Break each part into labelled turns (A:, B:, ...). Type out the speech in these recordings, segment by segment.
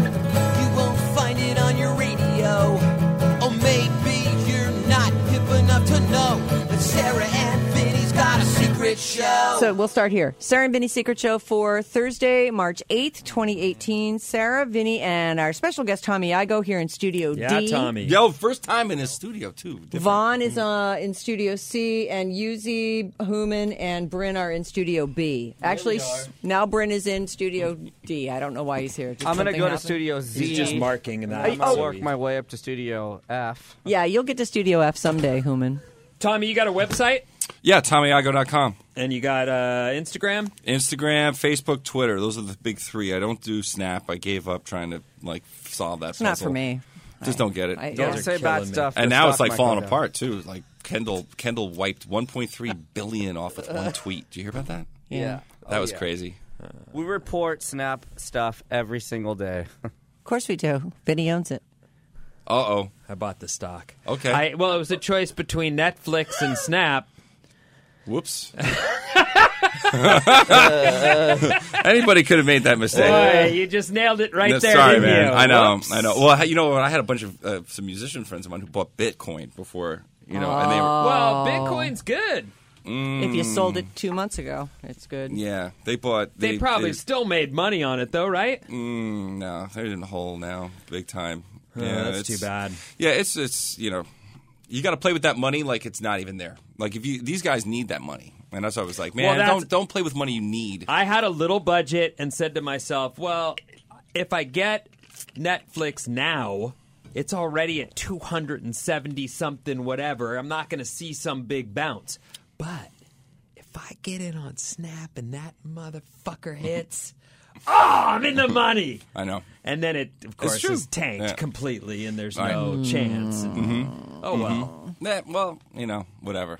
A: You won't find it on your radio. Or maybe you're not hip enough to know that Sarah and Vinny's got a secret show.
B: So we'll start here. Sarah and Vinny Secret Show for Thursday, March 8th, 2018. Sarah, Vinny, and our special guest, Tommy Igo, here in Studio
C: Yeah,
B: D.
C: Tommy.
D: Yo, first time in his studio too. Different.
B: Vaughn is uh, in Studio C, and Yuzi, Hooman, and Bryn are in Studio B. Actually, s- now Bryn is in Studio D. I don't know why he's here. Did
E: I'm gonna
B: something
E: go
B: happen?
E: to Studio Z.
C: He's just marking and
E: I'm
C: that.
E: gonna work my way up to Studio F.
B: Yeah, you'll get to Studio F someday, Hooman.
C: Tommy, you got a website
D: Yeah, TommyIgo.com.
C: and you got uh, Instagram.
D: Instagram, Facebook, Twitter. Those are the big three. I don't do Snap. I gave up trying to like solve that.
B: It's not
D: puzzle.
B: for me.
D: Just don't get it.
B: I-
D: Don't-
B: yeah.
E: Don't say bad
C: killing me.
E: stuff.
D: And
E: Just
D: now it's
E: stop
D: like
E: my
D: falling
E: cocoa.
D: apart too. Like Kendall, Kendall wiped 1.3 billion off with one tweet. Do you hear about that?
E: Yeah.
B: Oh,
D: That was crazy.
E: We report Snap stuff every single day.
B: Of course we do. Vinny owns it.
D: Uh oh.
C: I bought the stock.
D: Okay.
C: I, well, it was a choice between Netflix and Snap.
D: Whoops. Anybody could have made that mistake.
C: Boy, you just nailed it right
D: No,
C: there.
D: Sorry,
C: didn't
D: man.
C: you?
D: I know.
C: Whoops.
D: I know. Well, you know, I had a bunch of uh, some musician friends of mine who bought Bitcoin before. You know, and they were
C: Well, Oh, Bitcoin's good.
B: If you
E: Hmm.
B: sold it two months ago, it's good.
D: yeah, they bought.
C: They, probably
D: they,
C: still made money on it though, right?
D: no, they're in the hole now, big time.
C: Oh,
D: yeah,
C: that's
D: it's-
C: too bad.
D: Yeah, it's it's you know, you got to play with that money like it's not even there. Like if you these guys need that money, and that's why I was like, man,
C: that's-
D: don't don't play with money you need.
C: I had a little budget and said to myself, well, if I get Netflix now, it's already at 270 something, whatever. I'm not going to see some big bounce. But if I get in on Snap and that motherfucker hits, oh, I'm in the money.
D: I know.
C: And then it, of course,
D: true.
C: is tanked
D: Yeah.
C: completely, and there's
D: Right.
C: no
B: Mm.
C: chance. And- Oh, well.
D: Eh, well, you know, whatever.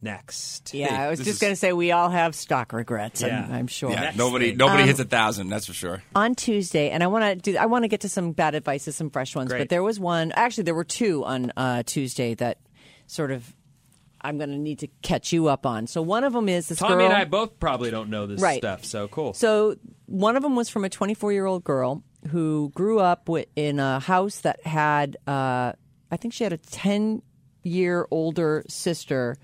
C: Next.
B: Yeah, I was
D: this
B: just
D: is-
B: going to say we all have stock regrets, I'm-
C: Yeah.
B: I'm, sure.
D: Yeah,
C: Next
D: nobody
C: thing. Um,
D: nobody hits a thousand. That's for sure.
B: on Tuesday, and I want to do. I want to get to some bad advices, some fresh ones. But
C: Great.
B: there was one. Actually, there were two on uh, Tuesday that sort of I'm going to need to catch you up on. So one of them is this
C: Tommy
B: girl.
C: and I both probably don't know this
B: Right.
C: stuff, so cool.
B: So one of them was from a 24 year old girl who grew up wi in a house that had, uh, I think she had a 10 year older sister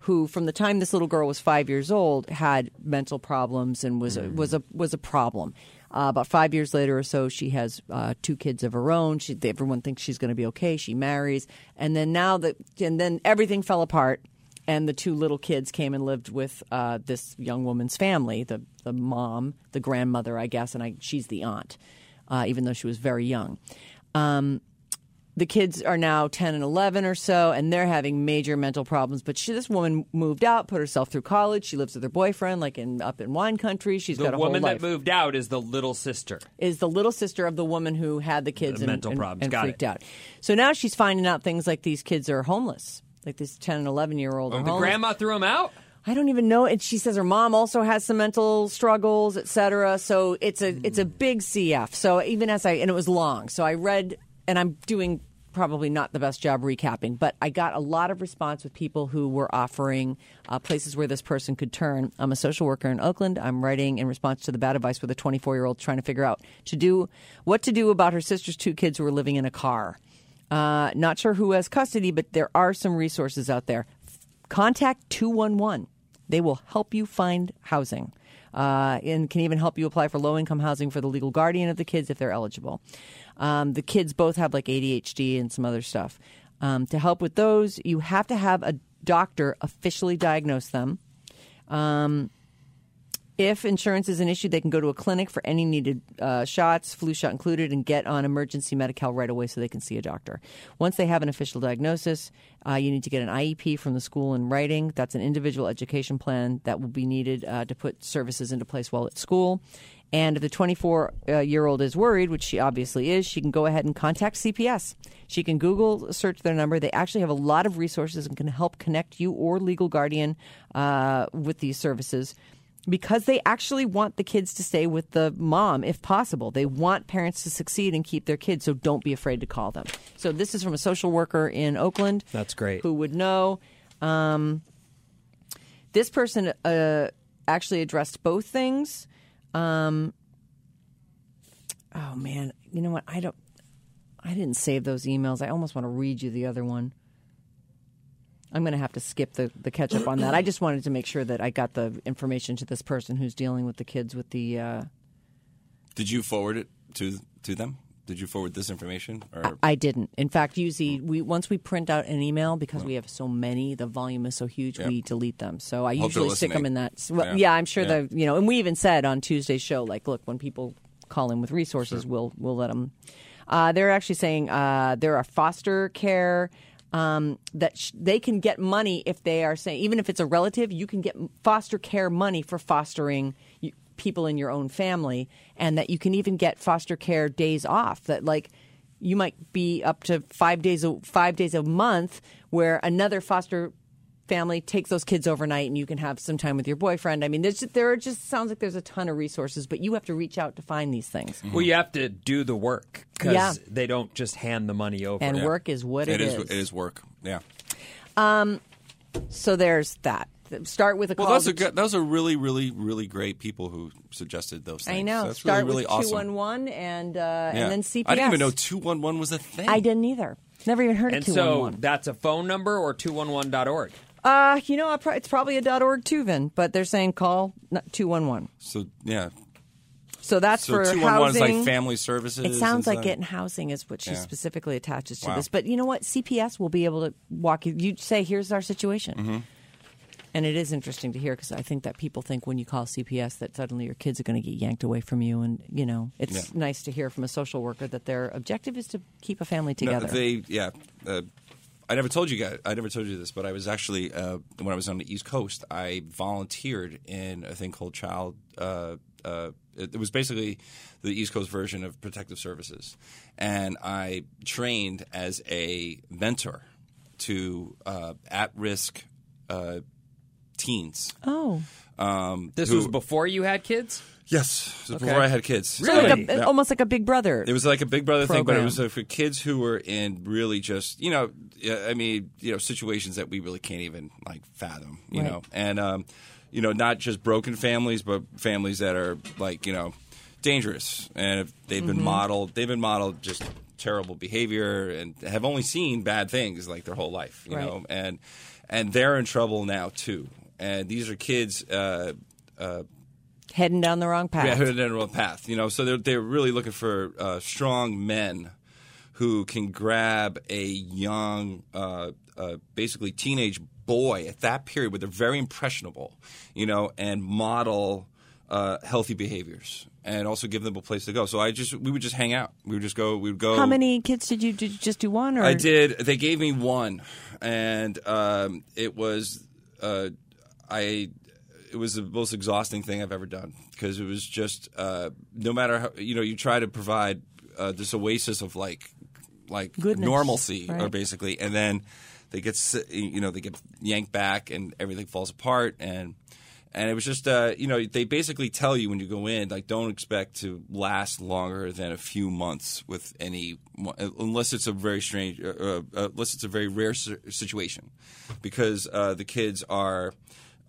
B: who, from the time this little girl was five years old, had mental problems and was a, was a was a problem. Uh, about five years later or so, she has uh, two kids of her own. She, everyone thinks she's going to be okay. She marries, and then now that and then everything fell apart and the two little kids came and lived with uh, this young woman's family the, the mom the grandmother i guess and I, she's the aunt uh, even though she was very young um, the kids are now 10 and 11 or so and they're having major mental problems but she, this woman moved out put herself through college she lives with her boyfriend like in up in wine country She's got
C: the
B: a
C: woman
B: whole life
C: that moved out is the little sister.
B: is the little sister of the woman who had the kids
C: The
B: and,
C: mental
B: and-
C: problems.
B: and
C: Got
B: freaked
C: it.
B: out so now she's finding out things like these kids are homeless like this 10 and 11 year old
C: Uh-huh. The grandma threw him out?
B: I don't even know. And she says her mom also has some mental struggles, et cetera. So it's a it's a big CF. So even as I and it was long, so I read and I'm doing probably not the best job recapping, but I got a lot of response with people who were offering uh, places where this person could turn. I'm a social worker in Oakland. I'm writing in response to the bad advice with a 24 year old trying to figure out to do what to do about her sister's two kids who are living in a car. Uh, not sure who has custody, but there are some resources out there. Contact 211. They will help you find housing uh, and can even help you apply for low income housing for the legal guardian of the kids if they're eligible. Um, the kids both have like ADHD and some other stuff. Um, to help with those, you have to have a doctor officially diagnose them. Um, if insurance is an issue, they can go to a clinic for any needed uh, shots, flu shot included, and get on emergency medical right away so they can see a doctor. Once they have an official diagnosis, uh, you need to get an IEP from the school in writing. That's an individual education plan that will be needed uh, to put services into place while at school. And if the 24 uh, year old is worried, which she obviously is, she can go ahead and contact CPS. She can Google search their number. They actually have a lot of resources and can help connect you or legal guardian uh, with these services because they actually want the kids to stay with the mom if possible. They want parents to succeed and keep their kids, so don't be afraid to call them. So this is from a social worker in Oakland.
C: That's great.
B: Who would know? Um, this person uh, actually addressed both things. Um, oh man, you know what? I don't. I didn't save those emails. I almost want to read you the other one. I'm going to have to skip the, the catch up on that. I just wanted to make sure that I got the information to this person who's dealing with the kids with the. Uh,
D: Did you forward it to to them? Did you forward this information? Or
B: I didn't. In fact, usually
D: Hmm.
B: we once we print out an email because we have so many, the volume is so huge, we delete them. So I
D: they're
B: usually stick them
D: listening.
B: in that. Well, yeah.
D: Yeah.
B: I'm sure
D: Yeah.
B: the you know, and we even said on Tuesday's show, like, look, when people call in with resources, we'll we'll let them. Uh, they're actually saying uh, there are foster care. Um, that sh- they can get money if they are saying, even if it's a relative, you can get foster care money for fostering you, people in your own family, and that you can even get foster care days off. That like you might be up to five days a, five days a month where another foster family takes those kids overnight and you can have some time with your boyfriend. I mean, there's there are just sounds like there's a ton of resources, but you have to reach out to find these things.
C: Well, you have to do the work because
B: Yeah.
C: they don't just hand the money over.
B: And work is what
D: it is.
B: is.
D: It is work. Yeah.
B: So there's that. Start with a
D: Well,
B: call.
D: those
B: to-
D: are good. Those are really, really, really great people who suggested those things.
B: I know.
D: So that's
B: Start
D: really, really
B: with
D: awesome.
B: two one one and uh,
D: Yeah.
B: and then CPS.
D: I didn't even know two one one was a thing.
B: I didn't either. Never even heard
C: And
B: of two
C: so
B: one one.
C: that's a phone number or 211.org.
B: Uh, you know, I pro- it's probably a dot org too, Vin, but they're saying call two one one.
D: So yeah.
B: So that's
D: So
B: for
D: two one one is like
B: housing.
D: family services.
B: It sounds
D: and
B: like
D: stuff.
B: getting housing is what she
D: Yeah.
B: specifically attaches to
D: Wow.
B: this. But you know what? CPS will be able to walk you. You say, here's our situation.
D: Mm-hmm.
B: And it is interesting to hear because I think that people think when you call CPS that suddenly your kids are going to get yanked away from you. And, you know, it's
D: Yeah.
B: nice to hear from a social worker that their objective is to keep a family
D: No,
B: together.
D: they yeah. Uh, I never told you guys. I never told you this, but I was actually uh, when I was on the East Coast, I volunteered in a thing called Child. Uh, uh, it, it was basically the East Coast version of Protective Services, and I trained as a mentor to uh, at-risk uh, teens.
B: oh.
D: Um,
C: This
D: who-
C: was before you had kids?
D: yes, this was before I had kids.
B: So like a,
D: Yeah.
B: almost like a big brother.
D: It was like a Big Brother thing, but
B: program.
D: it was uh, for kids who were in really just you know, yeah, I mean, you know, situations that we really can't even like fathom, you
B: Right.
D: know, and um, you know, not just broken families, but families that are like you know, dangerous, and if they've been
B: Mm-hmm.
D: modeled, they've been modeled just terrible behavior and have only seen bad things like their whole life, you
B: Right.
D: know, and and they're in trouble now too, and these are kids. Uh,
B: heading down the wrong path.
D: yeah, who didn't roll a path. You know, so they're they're really looking for uh, strong men who can grab a young, uh, uh, basically teenage boy at that period where they're very impressionable. You know, and model uh, healthy behaviors and also give them a place to go. So I just we would just hang out. We would just go. We would go.
B: How many kids did you, did you just do one? Or
D: I did. They gave me one, and um, it was uh, I. It was the most exhausting thing I've ever done because it was just uh, no matter how you know you try to provide uh, this oasis of like like
B: Goodness,
D: normalcy or
B: right.
D: basically, and then they get s- you know they get yanked back and everything falls apart and. And it was just, uh, you know, they basically tell you when you go in, like, don't expect to last longer than a few months with any, unless it's a very strange, uh, uh, uh, unless it's a very rare si- situation, because uh, the kids are,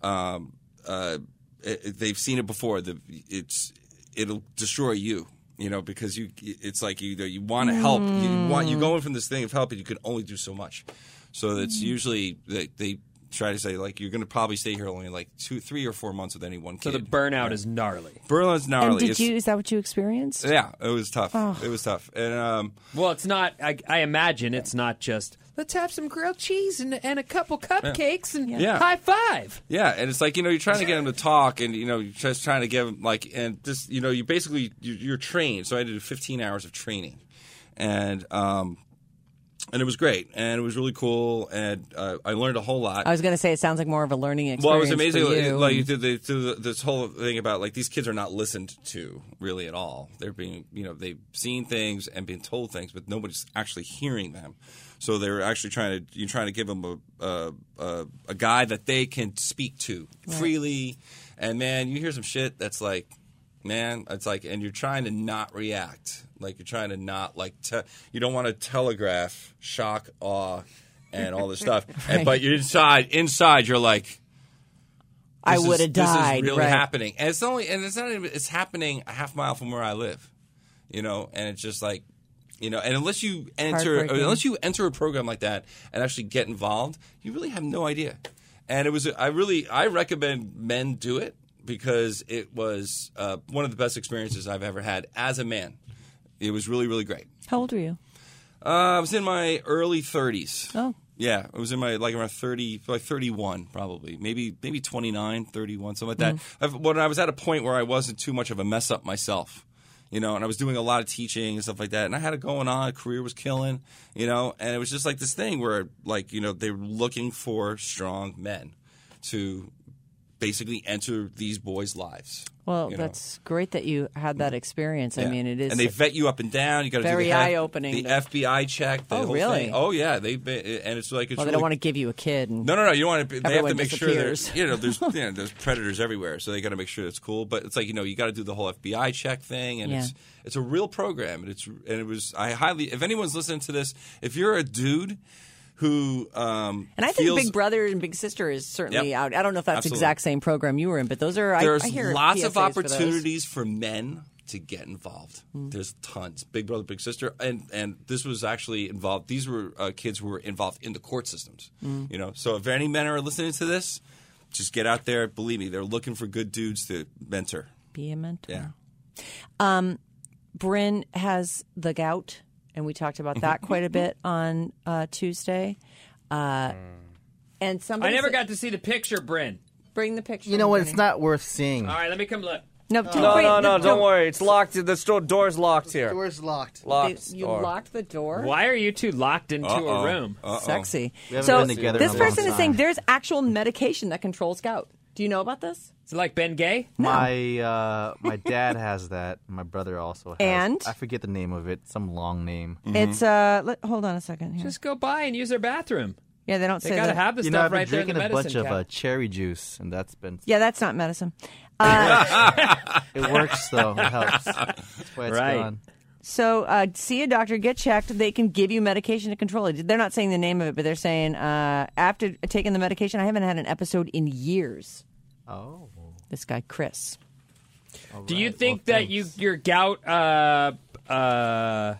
D: um, uh, it, it- they've seen it before. The it's it'll destroy you, you know, because you it's like you you want to help, you want you going from this thing of helping, you can only do so much. So it's
B: Mm-hmm.
D: usually they, they try to say like you're going to probably stay here only like two, three or four months with any one
C: So
D: kid.
C: the burnout is gnarly.
D: Berlin's gnarly.
B: And did
D: It's-
B: you? Oh. Is that what you experienced?
D: Yeah, it was tough. It was tough, and um,
C: Well, it's not, I, I imagine it's not just let's have some grilled cheese and, and a couple cupcakes and
D: Yeah.
C: high five.
D: Yeah, and it's like you know you're trying to get him to talk, and you know you're just trying to give him like, and this you know you basically you- you're trained. So I did 15 hours of training, and um, and it was great, and it was really cool, and uh, I learned a whole
C: Oh,
D: lot.
B: I was going to say it sounds like more of a learning experience.
D: well, it was amazing.
B: For you.
D: Like you did the, to the, this whole thing about like these kids are not listened to really at all. They're being you know they've seen things and been told things, but nobody's actually hearing them. So they're actually trying to you're trying to give them a a, a, a guy that they can speak to freely. And man, you hear some shit that's like. Man, it's like, and you're trying to not react. Like you're trying to not like, te- you don't want to telegraph shock, awe, and all this stuff. and, but you're inside, inside, you're like,
B: I
D: this is-
B: would have died.
D: This is really
B: right.
D: happening, and it's only and it's not even it's happening a half mile from where I live, you know. And it's just like, you know, and unless you enter
B: Heartbreaking.
D: unless you enter a program like that and actually get involved, you really have no idea. And it was I really I recommend men do it because it was uh, one of the best experiences I've ever had as a man. It was really really great.
B: How old were you?
D: Uh, I was in my early 30s.
B: Oh.
D: Yeah, I was in my like around 30, like 31 probably. Maybe maybe 29, 31, something like that. I've, when I was at a point where I wasn't too much of a mess up myself. You know, and I was doing a lot of teaching and stuff like that, and I had it going on. Career was killing, you know, and it was just like this thing where, like, you know, they were looking for strong men to basically enter these boys' lives.
B: Well,
D: you know. Mm-hmm.
B: that's great that you had that experience. I
D: Yeah.
B: mean, it is.
D: And they vet you up and down. You got to
B: very
D: do the F-
B: eye-opening.
D: The FBI check. The
B: Oh,
D: whole
B: really?
D: Thing. Oh yeah, they and it's like it's
B: well, they
D: really,
B: don't want to give you a kid. And,
D: No, no, no. You want to. They have to
B: Everyone
D: make sure
B: disappears.
D: that you know there's you know, there's predators everywhere, so they got to make sure it's cool. But it's like you know you got to do the whole FBI check thing, and
B: Yeah.
D: it's it's a real program, and it's and it was I highly if anyone's listening to this, if you're a dude who um
B: And I think
D: feels-
B: Big Brother and Big Sister is certainly
D: Yep.
B: out. I don't know if that's the
D: Absolutely.
B: exact same program you were in, but those are. I-
D: there's
B: I, hear
D: lots
B: PSAs
D: of
B: for those. Mm.
D: opportunities for, men to get involved. There's tons. Big brother, big sister, and and this was actually involved. These were uh, kids who were involved in the court systems.
B: Mm.
D: You know, so if any men are listening to this, just get out there. Believe me, they're looking for good dudes to mentor.
B: Be a mentor.
D: Yeah.
B: Um, Bryn has the gout, and we talked about that
D: Mm-hmm.
B: quite a bit on uh, Tuesday. Uh,
D: Mm.
B: and
C: I
B: somebody
C: never
B: said-
C: got to see the picture, Bryn.
B: bring the picture.
F: You know what? It's
B: Brynn.
F: not worth seeing.
C: All right, let me come look.
B: No, don't
E: No,
B: bring-
E: no, no, don't
B: don't-
E: worry. It's locked. The store, door's locked here.
F: Door's locked.
B: They-
E: Locked.
B: you
E: door.
B: locked the door.
C: Why are you two locked into
D: Uh-oh.
C: a room?
D: Uh-oh.
B: Sexy.
F: haven't
B: So
F: been together
B: this
F: in a long
B: person is saying
F: time.
B: there's actual medication that controls gout. Do you know about this?
C: Is it like Ben Gay?
F: My uh, my dad has that. My brother also has.
B: And?
F: I forget the name of it. Some long name.
B: It's uh. Let, hold on a second here.
C: Just go by and use their bathroom.
B: yeah, they don't
C: They
B: say
C: gotta
B: that.
C: have the
F: you know,
C: stuff
F: I've been
C: right there in the
F: drinking a bunch
C: medicine
F: of uh,
C: cabinet.
F: cherry juice, and that's been.
B: yeah, that's not medicine.
F: It works though. It helps. That's why it's
C: Right.
F: gone.
B: So uh, see a doctor, get checked. They can give you medication to control it. They're not saying the name of it, but they're saying uh, after taking the medication, I haven't had an episode in years.
F: Oh.
B: This guy Chris.
C: Do you
F: Right,
C: think
F: well,
C: that you your gout uh, uh,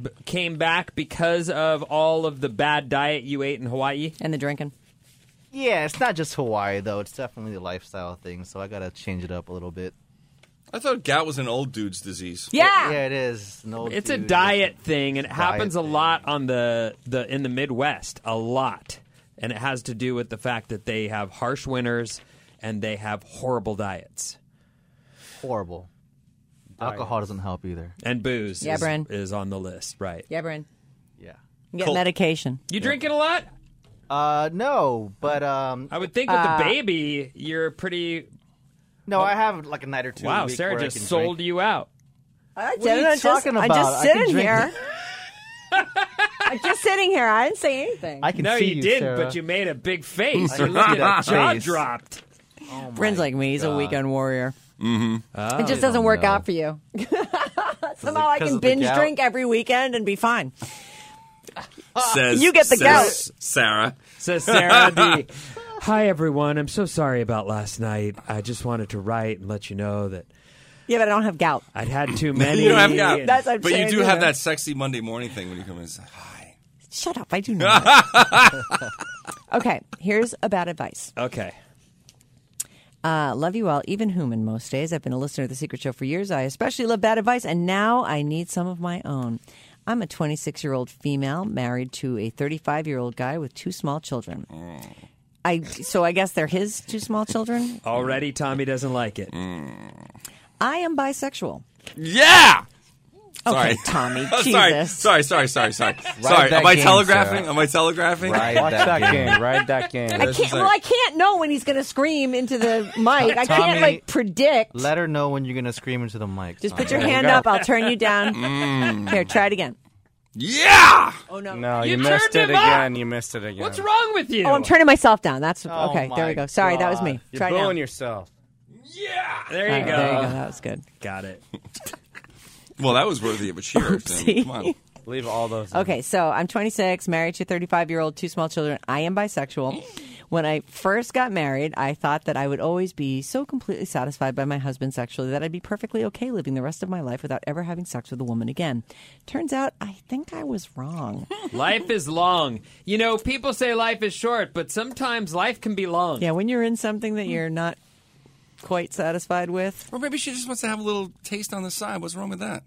C: b- came back because of all of the bad diet you ate in Hawaii?
B: And the drinking.
F: Yeah, it's not just Hawaii though. It's definitely the lifestyle thing. So I gotta change it up a little bit.
D: I thought gout was an old dude's disease.
B: Yeah.
F: Yeah, it is. No,
C: Ah! It's a diet thing, and it happens a
F: thing.
C: lot on the the in the Midwest, a lot, and it has to do with the fact that they have harsh winters and they have horrible diets
F: horrible. Alcohol doesn't help either.
C: and booze.
B: Yeah,
C: is,
B: Bren.
C: is on the list, right?
B: Yeah, Bryn.
F: Yeah.
B: Get
D: Cool.
B: medication.
C: You drinking a lot?
F: Uh, no, but um,
C: I would think with
B: Uh,
C: the baby, you're pretty.
F: no, I have like a night or two. a
C: Wow,
F: week
C: Sarah
F: where I
C: just
F: can
C: sold
F: drink.
C: you out.
B: I
F: What are you talking
B: I'm
F: about?
B: just
F: I can
B: sitting
F: drink
B: here.
F: it.
B: I'm just sitting here. I didn't say anything.
F: I can
C: No,
F: see
C: you did,
F: Sarah.
C: but you made a big face.
F: can
C: Your little
F: see that
C: jaw
F: face.
C: dropped.
F: Oh my
B: Bryn's like me. He's a
F: God.
B: weekend warrior. Mm-hmm. it just doesn't
F: don't
B: work
F: know.
B: out for you. Somehow
F: 'cause
B: I can
F: of the
B: binge
F: gout?
B: drink every weekend and be fine.
D: Says,
B: You get the
D: says Sarah.
C: Says Sarah D. Hi everyone. I'm so sorry about last night. I just wanted to write and let you know that
B: Yeah, but I don't have gout.
C: I'd had too many.
D: You don't have gout,
B: That's what I'm
D: but
B: saying,
D: you do
B: you
D: have
B: know.
D: that sexy Monday morning thing when you come in. It's like, hi.
B: Shut up. I do not. okay, here's a bad advice.
C: Okay.
B: Uh, love you all, even human most days. I've been a listener of The Secret Show for years. I especially love bad advice, and now I need some of my own. I'm a 26 year old female married to a 35 year old guy with two small children.
F: Mm.
B: I so I guess they're his two small children.
F: Oh.
C: Already, Tommy doesn't like it.
B: I am bisexual.
D: Yeah.
B: Okay,
D: Sorry.
B: Tommy. Jesus.
D: sorry, sorry, sorry, sorry, sorry. sorry.
E: that
D: Am I
E: game,
D: telegraphing?
E: Sarah.
D: Am I telegraphing?
E: Ride
F: Watch
E: that,
F: that
E: game.
F: game.
E: Ride that game.
B: I can't. Well, I can't know when he's going to scream into the mic. I can't
F: Tommy,
B: like predict.
F: Let her know when you're gonna scream into the mic.
B: Just
F: Tommy.
B: put your
E: we
B: hand
E: go.
B: up. I'll turn you down. Here, try it again.
D: Yeah.
B: Oh
E: no, you,
C: You
E: missed it
C: turned him up!
E: again. You missed it again.
C: What's wrong with you?
B: Oh, I'm turning myself down. That's
F: Oh
B: okay. There
F: my
B: we go. Sorry, that was me.
F: God.
E: You're
B: try it now.
E: booing yourself.
C: there
B: All
C: you
B: right,
C: go.
B: There you go. That was good.
C: Got it.
D: Well, that was worthy of a cheer.
B: Oopsie.
D: Come on.
E: Leave all those. in.
B: Okay, so I'm 26, married to a 35 year old, two small children. I am bisexual. When I first got married, I thought that I would always be so completely satisfied by my husband sexually that I'd be perfectly okay living the rest of my life without ever having sex with a woman again. Turns out, I think I was wrong.
C: Life is long. You know, people say life is short, but sometimes life can be long.
B: yeah, when you're in something that you're not quite satisfied with,
D: Or maybe she just wants to have a little taste on the side. What's wrong with that?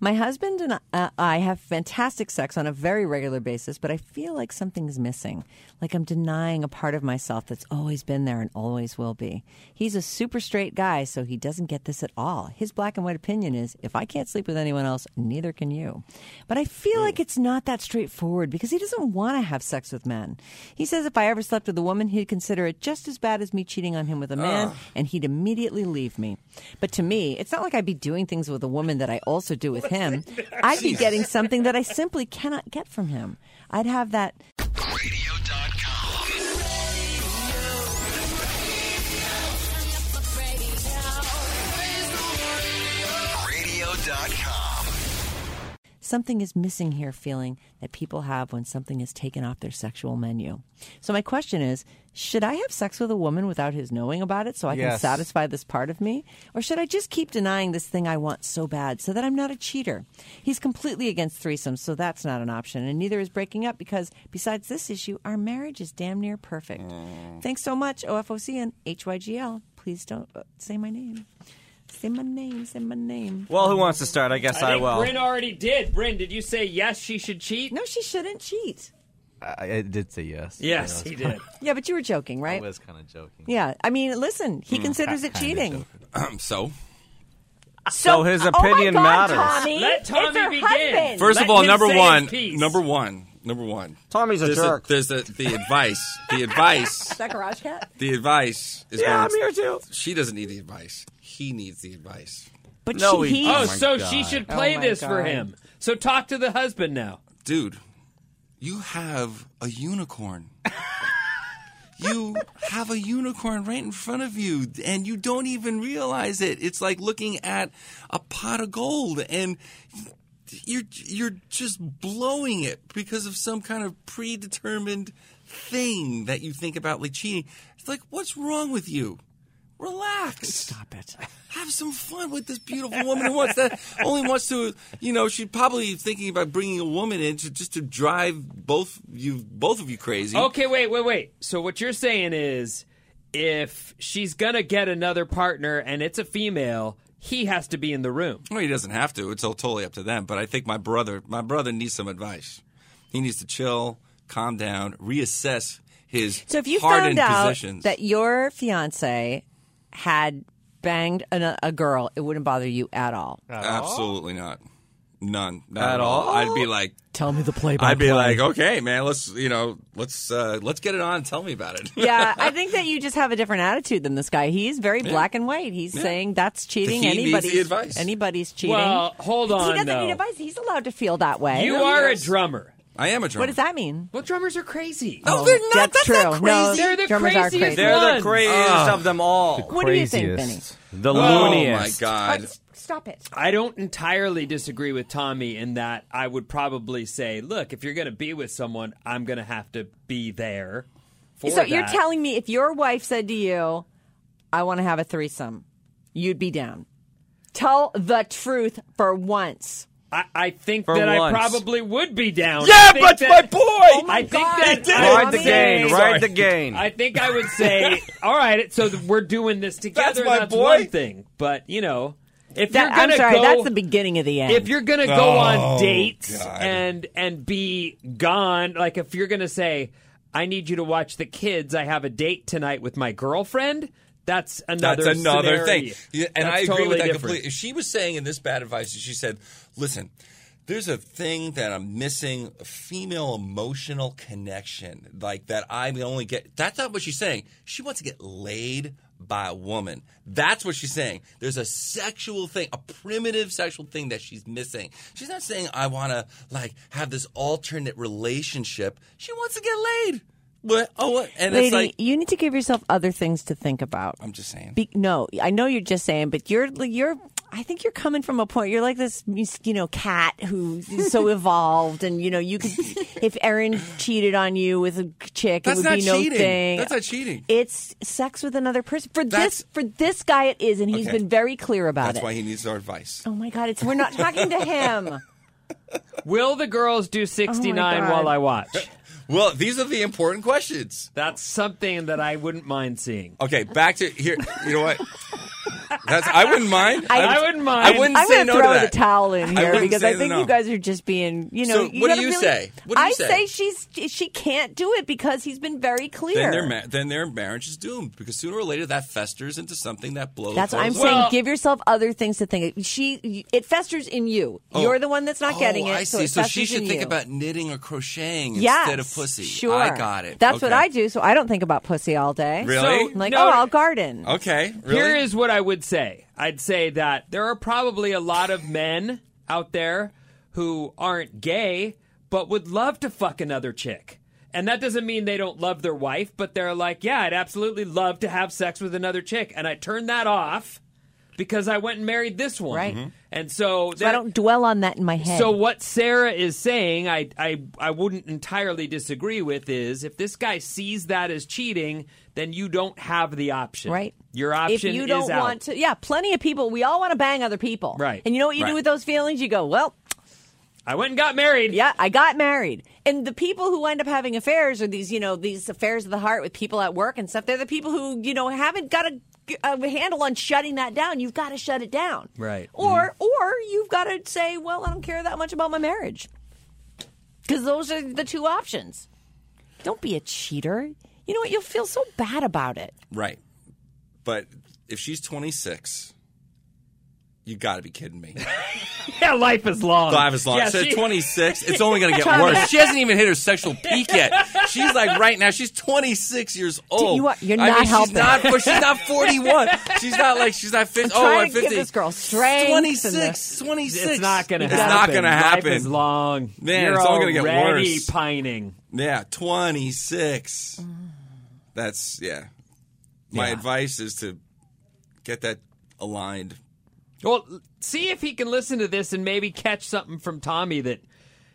B: My husband and I- I have fantastic sex on a very regular basis, but I feel like something's missing. Like I'm denying a part of myself that's always been there and always will be. He's a super straight guy, so he doesn't get this at all. His black and white opinion is if I can't sleep with anyone else, neither can you. But I feel like it's not that straightforward because he doesn't want to have sex with men. He says if I ever slept with a woman, he'd consider it just as bad as me cheating on him with a man, and he'd immediately leave me. But to me, it's not like I'd be doing things with a woman that I also do with him. I'd be getting something that I simply cannot get from him. I'd have that.
G: Radio.com.
B: something is missing here feeling that people have when something is taken off their sexual menu. So my question is, should I have sex with a woman without his knowing about it so I can
F: Yes.
B: satisfy this part of me? Or should I just keep denying this thing I want so bad so that I'm not a cheater? He's completely against threesomes, so that's not an option, and neither is breaking up because besides this issue, our marriage is damn near perfect. Thanks so much, OFOC and HYGL. Please don't uh, say my name. Say my name, say my name.
E: Well, who wants to start? I guess
C: I
E: I,
C: think
E: will.
C: Bryn already did. Bryn, did you say yes? She should cheat.
B: No, she shouldn't cheat.
F: I, I did say yes.
C: Yes, he did.
B: Yeah, but you were joking,
F: I
B: right?
F: was kind of joking. Hmm,
B: Yeah, I mean, listen, he considers it
F: Kinda
B: cheating.
F: joking.
D: Um, so,
E: So his opinion
B: oh my God,
E: matters.
B: Tommy,
C: Let Tommy
B: it's her
C: begin.
B: husband.
D: first
C: Let
D: of all,
C: him
D: number
C: say his
D: one,
C: piece.
D: number one, number one.
E: Tommy's a
D: there's
E: jerk.
D: there's the, the advice. The advice.
B: Is that garage cat?
D: The advice is.
E: yeah, I'm
D: going-
E: here too.
D: She doesn't need the advice. He needs the advice.
B: But
E: No,
B: she,
E: he-
B: he,
C: Oh,
E: my
C: so
E: God.
C: she should play
B: my
C: this for
B: God.
C: him. So talk to the husband now.
D: dude, you have a unicorn. you have a unicorn right in front of you, and you don't even realize it. It's like looking at a pot of gold, and you're you're just blowing it because of some kind of predetermined thing that you think about, like cheating. It's like, what's wrong with you? Relax. Stop
B: it.
D: Have some fun with this beautiful woman who wants that only wants to, you know, she's probably thinking about bringing a woman in to, just to drive both you both of you crazy.
C: Okay, wait, wait, wait. So what you're saying is, if she's gonna get another partner and it's a female, he has to be in the room.
D: Well, he doesn't have to. It's all totally up to them. But I think my brother, my brother needs some advice. He needs to chill, calm down, reassess his
B: so if you found
D: hardened
B: out
D: positions.
B: that your fiance had banged an, a girl, it wouldn't bother you at all.
D: Absolutely not. None. Not at, all. I'd be like,
B: Tell me the play.
D: I'd be like, okay, man, let's you know, let's uh, let's get it on. Tell me about it.
B: yeah, I think that you just have a different attitude than this guy. He's very black and white. He's saying that's cheating.
D: He needs the
B: anybody's
D: advice.
B: anybody's cheating.
C: Well, hold
B: he
C: on.
B: doesn't
C: though.
B: need advice. He's allowed to feel that way.
C: You are a drummer. Oh,
D: I am a drummer.
B: what does that mean?
C: Well, drummers are crazy.
D: No, they're not.
B: That's,
D: That's not
B: true. No,
D: crazy.
C: They're the
B: drummers are
C: craziest
B: crazy.
E: They're
C: One.
E: the craziest of them all.
B: What do you think,
E: Craziest. The
D: Oh my
E: looniest.
D: god!
B: Stop it.
C: I don't entirely disagree with Tommy in that I would probably say, look, if you're going to be with someone, I'm going to have to be there for
B: So you're
C: that.
B: telling me if your wife said to you, I want to have a threesome, you'd be down. Tell the truth for once.
C: I, I think
E: For
C: that I
E: once.
C: probly would be down. I
D: Yeah,
C: think
D: but
C: that-
D: my boy.
C: I think
B: Oh God,
C: that
B: He did
C: I
B: it.
E: Ride
C: would
E: the
B: Tommy.
E: gain.
C: say-
E: Ride the gain.
C: I think I would say, all right, so th- we're doing this together.
D: my
C: that's
D: boy.
C: one thing, but you know, If
B: That-
C: you're gonna
B: I'm sorry,
C: go,
B: that's the beginning of the end.
C: if you're gonna go
D: Oh,
C: on dates
D: God.
C: and and be gone, like if you're gonna say, "I need you to watch the kids," I have a date tonight with my girlfriend. That's another.
D: That's
C: scenario.
D: another thing. Yeah, and
C: That's
D: I agree
C: totally
D: with that
C: different.
D: completely. If She was saying in this bad advice, she said, listen, there's a thing that I'm missing, a female emotional connection, like that I only get. That's not what she's saying. She wants to get laid by a woman. That's what she's saying. There's a sexual thing, a primitive sexual thing that she's missing. She's not saying I want to like have this alternate relationship. She wants to get laid. What? Oh, what? And
B: Lady,
D: it's like
B: you need to give yourself other things to think about.
D: I'm just saying.
B: Be- no, I know you're just saying, but you're you're. I think you're coming from a point. You're like this, you know, cat who's so evolved, and you know, you could. If Erin cheated on you with a chick, it
D: That's
B: would
D: not
B: be no
D: cheating.
B: thing. Uh,
D: That's not cheating.
B: It's sex with another person. For
D: That's-
B: this, for this guy, it is, and he's
D: Okay.
B: been very clear about
D: That's
B: it.
D: why he needs our advice.
B: oh my God! It's we're not talking to him.
C: Will the girls do 69
B: Oh God.
C: while I watch?
D: Well, these are the important questions.
C: That's something that I wouldn't mind seeing.
D: Okay, back to here. You know what? That's I wouldn't mind.
C: I wouldn't mind.
D: I wouldn't
B: I'm
D: say
B: going
D: no
B: to throw
D: to
B: the
D: that.
B: towel in
D: I
B: here
D: wouldn't
B: because
D: say
B: I think
D: no.
B: you guys are just being, you know.
D: So what do
B: gotta
D: you
B: really-
D: say? What do you
B: I say
D: say?
B: she's she can't do it because he's been very clear.
D: Then their ma- then their marriage is doomed because sooner or later that festers into something that blows.
B: That's what I'm
D: blows
B: saying.
D: up.
B: Give yourself other things to think. She, it festers in you. You're the one that's not
D: oh,
B: getting it.
D: I
B: so
D: see.
B: it
D: So, she
B: festers
D: should
B: in
D: think
B: you.
D: about knitting or crocheting
B: Yes,
D: instead of pussy.
B: Sure,
D: I got it.
B: That's what
D: Okay.
B: I do. So I don't think about pussy all day.
D: Really?
B: I'm like,
C: No.
B: oh, I'll garden.
D: Okay. Really?
C: Here is what I would say I'd say that there are probably a lot of men out there who aren't gay, but would love to fuck another chick. And that doesn't mean they don't love their wife, but they're like, yeah, I'd absolutely love to have sex with another chick. And I turned that off because I went and married this one. Mm-hmm.
B: Right. Mhm.
C: And so,
B: So I don't dwell on that in my head.
C: So what Sarah is saying, I, I I wouldn't entirely disagree with. Is if this guy sees that as cheating, then you don't have the option.
B: Right.
C: Your option
B: If you
C: is
B: don't
C: out.
B: want to, yeah, plenty of people. We all want to bang other people,
C: Right.
B: And you know what you
D: Right.
B: do with those feelings? You go, well,
C: I went and got married.
B: yeah, I got married. And the people who end up having affairs are these, you know, these affairs of the heart with people at work and stuff. They're the people who, you know, haven't got a, a handle on shutting that down. You've got to shut it down,
C: Right. Mm-hmm.
B: Or, or you've got to say, well, I don't care that much about my marriage, because those are the two options. Don't be a cheater. You know what? You'll feel so bad about it.
D: Right. But if she's 26, you got to be kidding me.
C: Yeah, life is long.
D: Live is long.
C: Yeah,
D: She's
C: she-
D: 26. It's only going to get worse. She hasn't even hit her sexual peak yet. She's like right now. She's 26 years old.
B: you are- you're
D: I
B: not
D: mean,
B: helping.
D: She's not, for- she's not 41. She's not like she's not 50. oh,
B: trying
D: I'm
B: to give
D: 50.
B: this girl strength and
D: 26. 26.
C: It's not going to
D: It's
C: happen.
D: not going to happen.
C: Life is long.
D: Man,
C: You're
D: it's all gonna get
C: already
D: worse.
C: Pining.
D: Yeah, 26.
B: Mm.
D: That's yeah. My advice is to get that aligned.
C: Well, see if he can listen to this and maybe catch something from Tommy that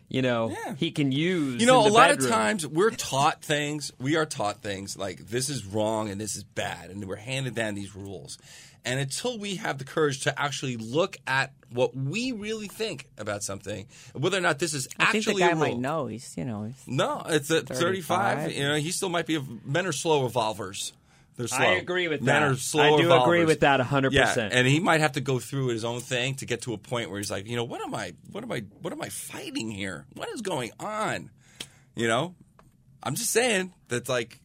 C: you know
D: Yeah.
C: he can use.
D: You know,
C: in
D: a
C: the
D: lot
C: bedroom.
D: of times we're taught things. We are taught things like this is wrong and this is bad, and we're handed down these rules. And until we have the courage to actually look at what we really think about something, whether or not this is
B: I
D: actually
B: think the guy
D: a
B: might
D: rule.
B: know. He's, you know, he's,
D: No, it's at 35.
B: 35.
D: You know, he still might be. A, men are slow evolvers. They're slow.
C: I agree with
D: men
C: that.
D: Are slow
C: I do
D: evolvers.
C: agree with that 100%.
D: Yeah, and he might have to go through his own thing to get to a point where he's like, you know, what am I? What am I? What am I fighting here? What is going on? You know, I'm just saying that like.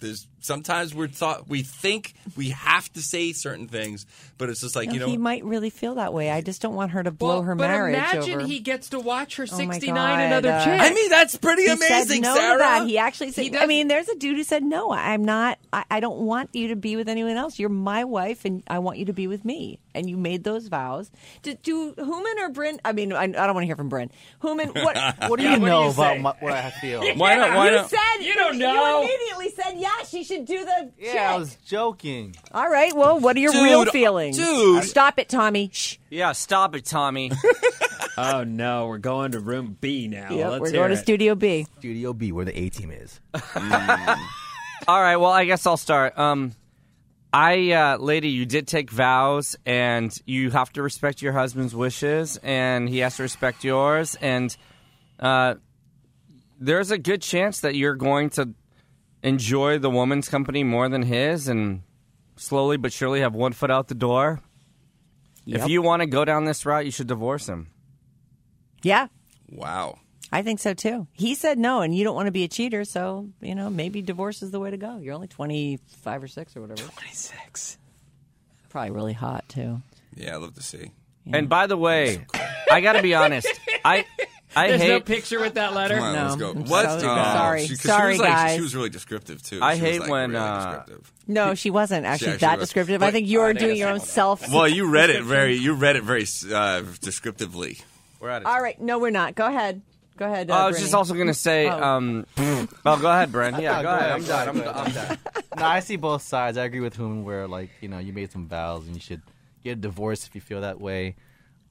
D: There's sometimes we're thought we think we have to say certain things, but it's just like you know
B: he might really feel that way. I just don't want her to blow
C: well,
B: her
C: but
B: marriage
C: imagine
B: over.
C: he gets to watch her
B: Oh my
C: 69
B: God,
C: another
B: uh,
C: chick.
D: I mean that's pretty
B: He said
D: amazing,
B: no
D: Sarah.
B: To that. He actually said,
C: He
B: I
C: does-
B: mean, there's a dude who said, no, I'm not, I, I don't want you to be with anyone else. You're my wife and I want you to be with me. And you made those vows. Do, do Hooman or Bryn, I mean, I, I don't want to hear from Bryn. Hooman, what,
F: What do
C: Yeah,
F: you
C: what do
F: know
C: you
F: about
C: say?
F: my, what I feel?
D: why not? Why
B: you
D: not?
B: said,
C: You don't know.
B: You immediately said, yeah, she should do the chick."
F: yeah, I was joking.
B: All right, well, what are your
D: Dude,
B: real feelings?
D: dude.
B: Stop it, Tommy. Shh.
E: Yeah, stop it, Tommy.
C: Oh no, we're going to room B now.
B: Yep,
C: Oh, Let's
B: we're
C: hear
B: going
C: it.
B: to Studio B.
F: Studio B, where the A team is.
E: All right, well, I guess I'll start. Um, I, uh, lady, you did take vows, and you have to respect your husband's wishes, and he has to respect yours, and uh, there's a good chance that you're going to enjoy the woman's company more than his, and slowly but surely have one foot out the door. If you want to go down this route, you should divorce him.
B: Yeah,
D: Wow.
B: I think so too. He said no, and you don't want to be a cheater, so you know maybe divorce is the way to go. You're only twenty five or six or whatever. Twenty six, probably really hot too.
D: Yeah, I love to see.
E: And by the way, I got to be honest. I I
C: There's
E: hate
C: no picture with that letter.
D: Come on, let's go.
B: I'm sorry.
D: what? Oh,
B: Sorry.
D: she, 'cause
B: Sorry,
D: she was like,
B: guys.
D: She was really descriptive too.
E: I
D: She was,
E: hate
D: like,
E: when,
D: really
E: uh,
D: descriptive.
B: No, she wasn't actually
D: actually
B: that
D: was.
B: descriptive. I
D: But-
B: think you
D: I
B: are
D: think
B: doing
D: I
B: your own
D: said-
B: self.
D: Well, you read it very. You read it very uh, descriptively.
E: We're out of
B: All right, no, we're not. Go ahead. Go ahead. Uh,
E: Oh, I was
B: Brittany.
E: just also going to say,
B: Oh.
E: um, well, go ahead, Brent. Yeah, go ahead. I'm done. I'm done.
F: I'm done. no, I see both sides. I agree with whom where like you know you made some vows and you should get a divorce if you feel that way.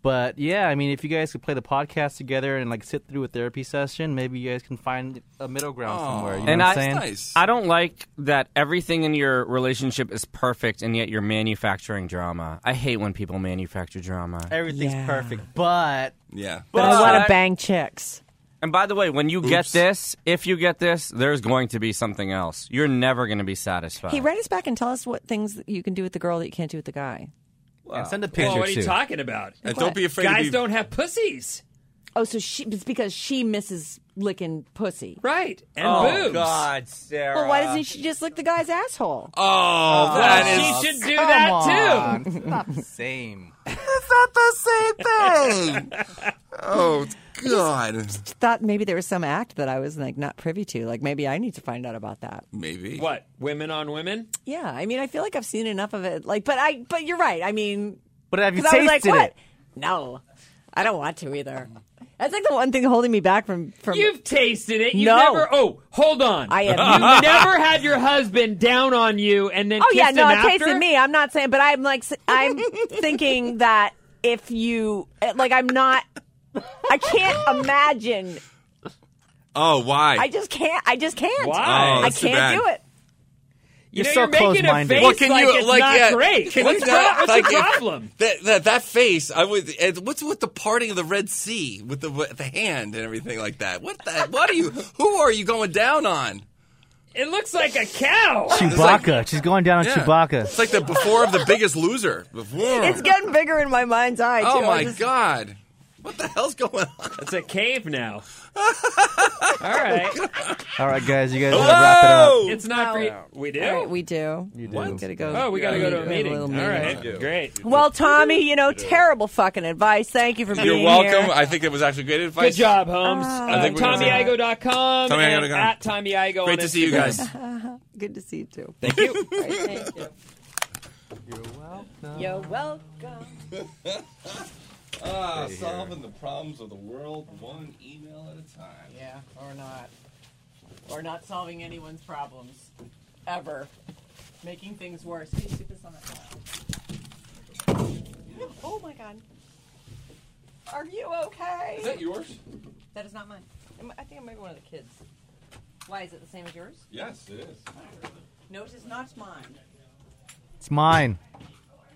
F: But yeah, I mean, if you guys could play the podcast together and like sit through a therapy session, maybe you guys can find a middle ground somewhere. You know
E: And
F: what
E: I,
F: I'm saying?
D: Nice.
E: I don't like that everything in your relationship is perfect, and yet you're manufacturing drama. I hate when people manufacture drama.
F: Everything's
B: Yeah.
F: perfect, but
D: Yeah.
B: But I want
E: But-
B: to bang chicks.
E: And by the way, when you get
D: Oops.
E: this, if you get this, there's going to be something else. You're never going to be satisfied.
B: Hey, write us back and tell us what things that you can do with the girl that you can't do with the guy.
F: and send a picture
C: Well, what are
F: too.
C: you talking about?
D: and don't be afraid.
C: Guys
D: to be,
C: don't have pussies,
B: Oh, so she it's because she misses licking pussy.
C: right? And boobs.
E: Sarah.
B: Well, why doesn't she just lick the guy's asshole?
D: Oh, that is
C: She should do
F: Come
C: that too.
F: on. It's not the same.
D: It's not the same thing. oh God.
B: Thought maybe there was some act that I was like not privy to. Like maybe I need to find out about that.
D: Maybe.
C: What? Women on women?
B: Yeah, I mean, I feel like I've seen enough of it. Like, but I, but you're right. I mean,
F: But have you
B: 'cause I was
F: tasted
B: like, what?
F: it?
B: No, I don't want to either. That's like the one thing holding me back from from.
C: You've tasted it. You
B: No.
C: never. Oh, hold on.
B: I have
C: You never had your husband down on you and then.
B: oh yeah,
C: kissed
B: no,
C: him
B: it tasted
C: after?
B: me. I'm not saying, but I'm like, s- I'm thinking that if you, eh, like, I'm not. I can't imagine.
D: Oh, why?
B: I just can't. I just can't.
C: Why? Oh,
B: I
D: that's too
B: can't
D: bad.
B: do it.
C: You know,
F: so
C: you're making a
F: close-minded.
C: face
D: Well, can
C: like
D: you
C: it's
D: like
C: not
D: yeah,
C: great.
D: Can
C: what's
D: you not,
C: pro- what's
D: like,
C: the
D: if-
C: problem?
D: That, that that face. I would. And what's with the parting of the Red Sea with the with the hand and everything like that? What the? What are you? Who are you going down on?
C: It looks like a cow.
D: like-
F: Chewbacca. She's going down on
D: Yeah. It's
F: Chewbacca.
D: like the before of the Biggest Loser. Before.
B: It's getting bigger in my mind's eye.
D: oh
B: too. I
D: my
B: just-
D: God! What the hell's going on?
C: It's a cave now. All right.
F: All right, guys, you guys want to wrap it up?
C: It's not for you. We do.
B: All right, we do. You
F: do. What?
B: Gotta go.
C: oh, we got to
B: Yeah,
C: go to a
B: we
C: meeting. All
B: little
C: right. Great.
B: Well, Tommy, you know, terrible fucking advice. Thank you for being
D: You're welcome.
B: here.
D: I think it was actually great advice.
C: Good job, Holmes.
B: I
C: uh,
D: think we're gonna-
C: TommyIgo.com and
D: TommyIgo.com.
C: at TommyIgo.
D: Great
C: on
D: to see you
C: Instagram.
D: guys.
B: Good to see you too.
C: Thank you.
B: All right, thank you. You're welcome. You're welcome.
D: Ah, solving the problems of the world one email at a time.
B: Yeah, or not. Or not solving anyone's problems. Ever. Making things worse. Can you stick this on that file? Oh my god. Are you okay?
D: Is that yours?
B: That is not mine. Am- I think it might be one of the kids. Why is it the same as yours?
D: Yes, it is.
B: No, it is not mine.
F: It's mine.